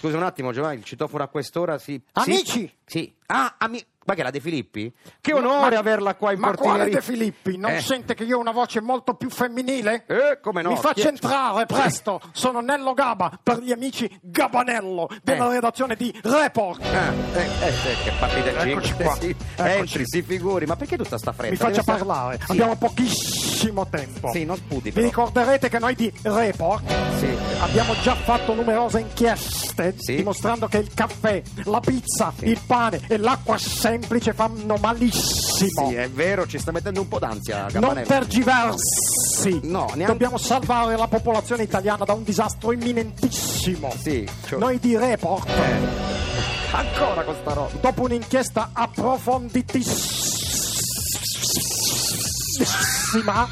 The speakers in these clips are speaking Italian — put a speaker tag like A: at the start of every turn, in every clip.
A: scusa un attimo, Giovanni, il citofono a quest'ora si. sì-
B: Amici!
A: Sì. Ah, ami- ma che è la De Filippi? Che onore averla qua in
B: Ma quale
A: portineria.
B: De Filippi? Non
A: Eh.
B: sente che io ho una voce molto più femminile?
A: Eh, come no?
B: Mi faccio
A: Chi è-
B: entrare presto. Sono Nello Gaba per gli amici Gabanello della
A: Eh.
B: redazione di Report.
A: Ah, eh, eh, eh, che partita
B: Eccoci
A: cinque,
B: qua,
A: sì.
B: eccoci.
A: Entri, si figuri, ma perché tutta sta fretta?
B: Mi faccia
A: Eh, Deve stare-
B: parlare.
A: Sì,
B: Abbiamo pochissimo tempo.
A: Sì, non sputi,
B: Vi
A: però.
B: ricorderete che noi di Report
A: sì.
B: abbiamo già fatto numerose inchieste
A: Sì.
B: dimostrando che il caffè, la pizza, il pane e l'acqua semplice fanno malissimo.
A: Sì, eh. è vero, ci sta mettendo un po' d'ansia,
B: Non
A: Gabanello.
B: tergiversi.
A: No, neanche-
B: Dobbiamo salvare la popolazione italiana da un disastro imminentissimo.
A: Sì, cioè-
B: Noi di Report,
A: Ancora con sta roba.
B: dopo un'inchiesta approfonditissima,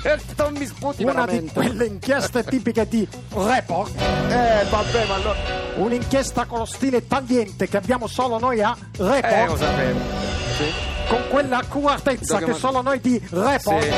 A: Eh, non mi sputi
B: una di
A: veramente.
B: quelle inchieste tipiche di Report,
A: Eh, vabbè, ma allora...
B: un'inchiesta con lo stile tagliente che abbiamo solo noi a
A: Eh, lo
B: Report,
A: sapevo. Sì.
B: con quella accuratezza
A: Dobbiamo-
B: che solo noi di Report
A: Sì.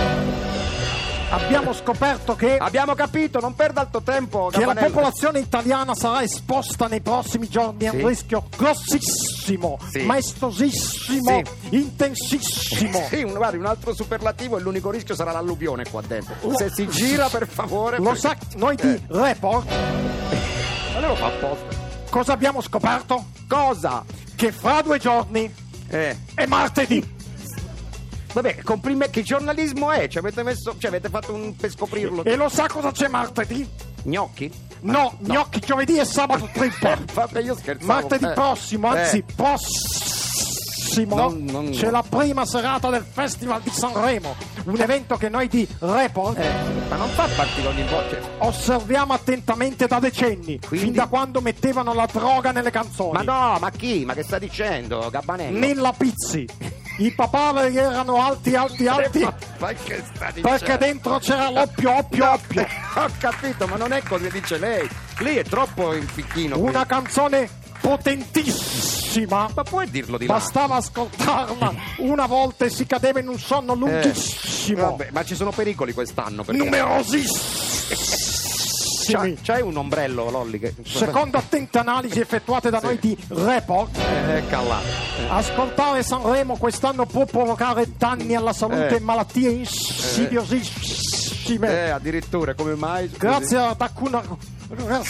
B: abbiamo scoperto che
A: Abbiamo capito, non perda il tuo tempo,
B: che la
A: Gabanello.
B: popolazione italiana sarà esposta nei prossimi giorni a
A: Sì.
B: un rischio grossissimo,
A: Sì.
B: maestosissimo, intensissimo.
A: Sì, un, guardi, un altro superlativo e l'unico rischio sarà l'alluvione qua dentro. Se si gira, per favore.
B: Lo
A: perché-
B: sa, noi di
A: Eh,
B: Report
A: ma lei lo fa apposta.
B: cosa abbiamo scoperto?
A: Cosa?
B: Che fra due giorni
A: Eh.
B: è martedì.
A: Vabbè, complimenti. Che giornalismo è? Ci avete messo. Ci avete fatto un. per scoprirlo.
B: E lo sa cosa c'è martedì?
A: Gnocchi?
B: No, gnocchi giovedì e sabato triple.
A: Vabbè, io scherzavo.
B: Martedì
A: eh.
B: prossimo, anzi
A: Eh.
B: prossimo,
A: Non- non-
B: c'è la prima serata del Festival di Sanremo, un evento che noi di Report
A: Cioè. Eh, ma non fa partire ogni cioè, voce.
B: osserviamo attentamente da decenni,
A: Quindi?
B: fin da quando mettevano la droga nelle
A: Ma
B: canzoni.
A: no, ma chi? Ma che sta dicendo, Gabbanello?
B: Nella Pizzi. I papaveri erano alti, alti, alti,
A: Ma- Ma che sta dicendo?
B: perché dentro c'era l'oppio, oppio, oppio.
A: Ho capito, ma non è così dice lei. Lì è troppo inficchino.
B: Una canzone potentissima.
A: Ma puoi dirlo di là?
B: Bastava ascoltarla una volta e si cadeva in un sonno
A: Eh,
B: lunghissimo,
A: vabbè, ma ci sono pericoli quest'anno. Perché... C'è,
B: numerosissimi.
A: c'è un ombrello, Lolli. Che...
B: Secondo attente analisi effettuate da noi di Report,
A: Eh, ecca là.
B: Ascoltare Sanremo quest'anno può provocare danni alla salute
A: Eh.
B: e malattie insidiosissime.
A: Eh, addirittura, come mai? scusi?
B: Grazie ad alcuna. Gra-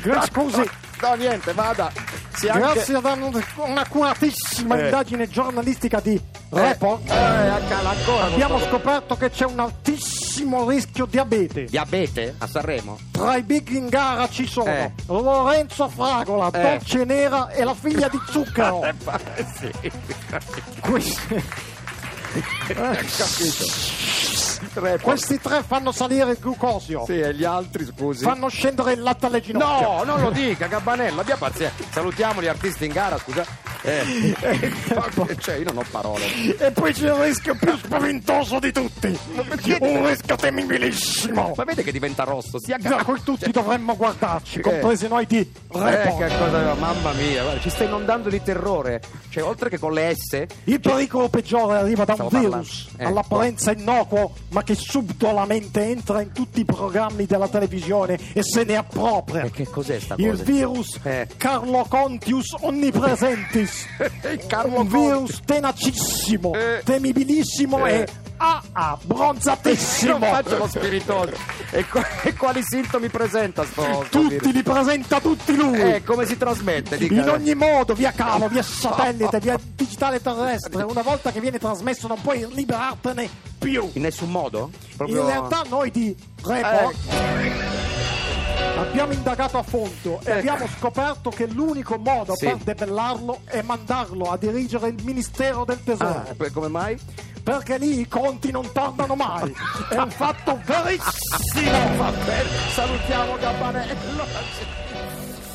B: Gra- Scusi,
A: No, niente, vada. Si anche-
B: grazie ad un- un'accuratissima
A: Eh.
B: indagine giornalistica di
A: Eh,
B: Report
A: eh, ecca là, ancora.
B: abbiamo
A: questo-
B: scoperto che c'è un altissimo rischio diabete.
A: Diabete a Sanremo?
B: Tra i big in gara ci sono
A: Eh.
B: Lorenzo Fragola,
A: Eh.
B: Dolce Nera e la figlia di Zucchero.
A: Eh, ma- eh, sì,
B: Questi-
A: tre
B: Questi tre fanno salire il glucosio,
A: Sì, e gli altri, scusi.
B: fanno scendere il latte alle ginocchia.
A: No, non lo dica, Gabbanello, abbia pazienza. Salutiamo gli artisti in gara, scusa. Eh, eh, ma- cioè, io non ho parole.
B: E poi c'è il rischio più spaventoso di tutti. Un rischio temibilissimo.
A: Ma vede che diventa rosso, sia
B: Da cui tutti dovremmo guardarci, compresi noi di
A: Eh,
B: Report.
A: che cosa, mamma mia, guarda, ci stai inondando di terrore. Cioè, oltre che con le S, eh,
B: Il pericolo peggiore arriva da un
A: Stavo
B: virus
A: parlando. Eh.
B: all'apparenza innocuo, ma che subdolamente entra in tutti i programmi della televisione e se ne appropria.
A: E che cos'è sta
B: Il
A: cosa?
B: virus
A: Eh.
B: Carlo Contius omnipresentis.
A: Carlo
B: un virus tenacissimo,
A: Eh.
B: temibilissimo
A: Eh.
B: e ah ah,
A: non
B: bronzatissimo.
A: faccio lo spiritoso. E, qua- e quali sintomi presenta sto, sto
B: Tutti
A: virus?
B: li presenta tutti lui.
A: Eh, come si trasmette? Dica.
B: In ogni modo, via cavo, via satellite, via digitale terrestre, una volta che viene trasmesso non puoi liberartene più.
A: In nessun modo? Proprio-
B: In realtà noi di Report
A: Eh.
B: abbiamo indagato a fondo e
A: Ecco.
B: abbiamo scoperto che l'unico modo
A: Sì.
B: per debellarlo è mandarlo a dirigere il Ministero del Tesoro,
A: Ah, per- come mai?
B: perché lì i conti non tornano mai. è un fatto verissimo.
A: Va bene, salutiamo Gabbanello.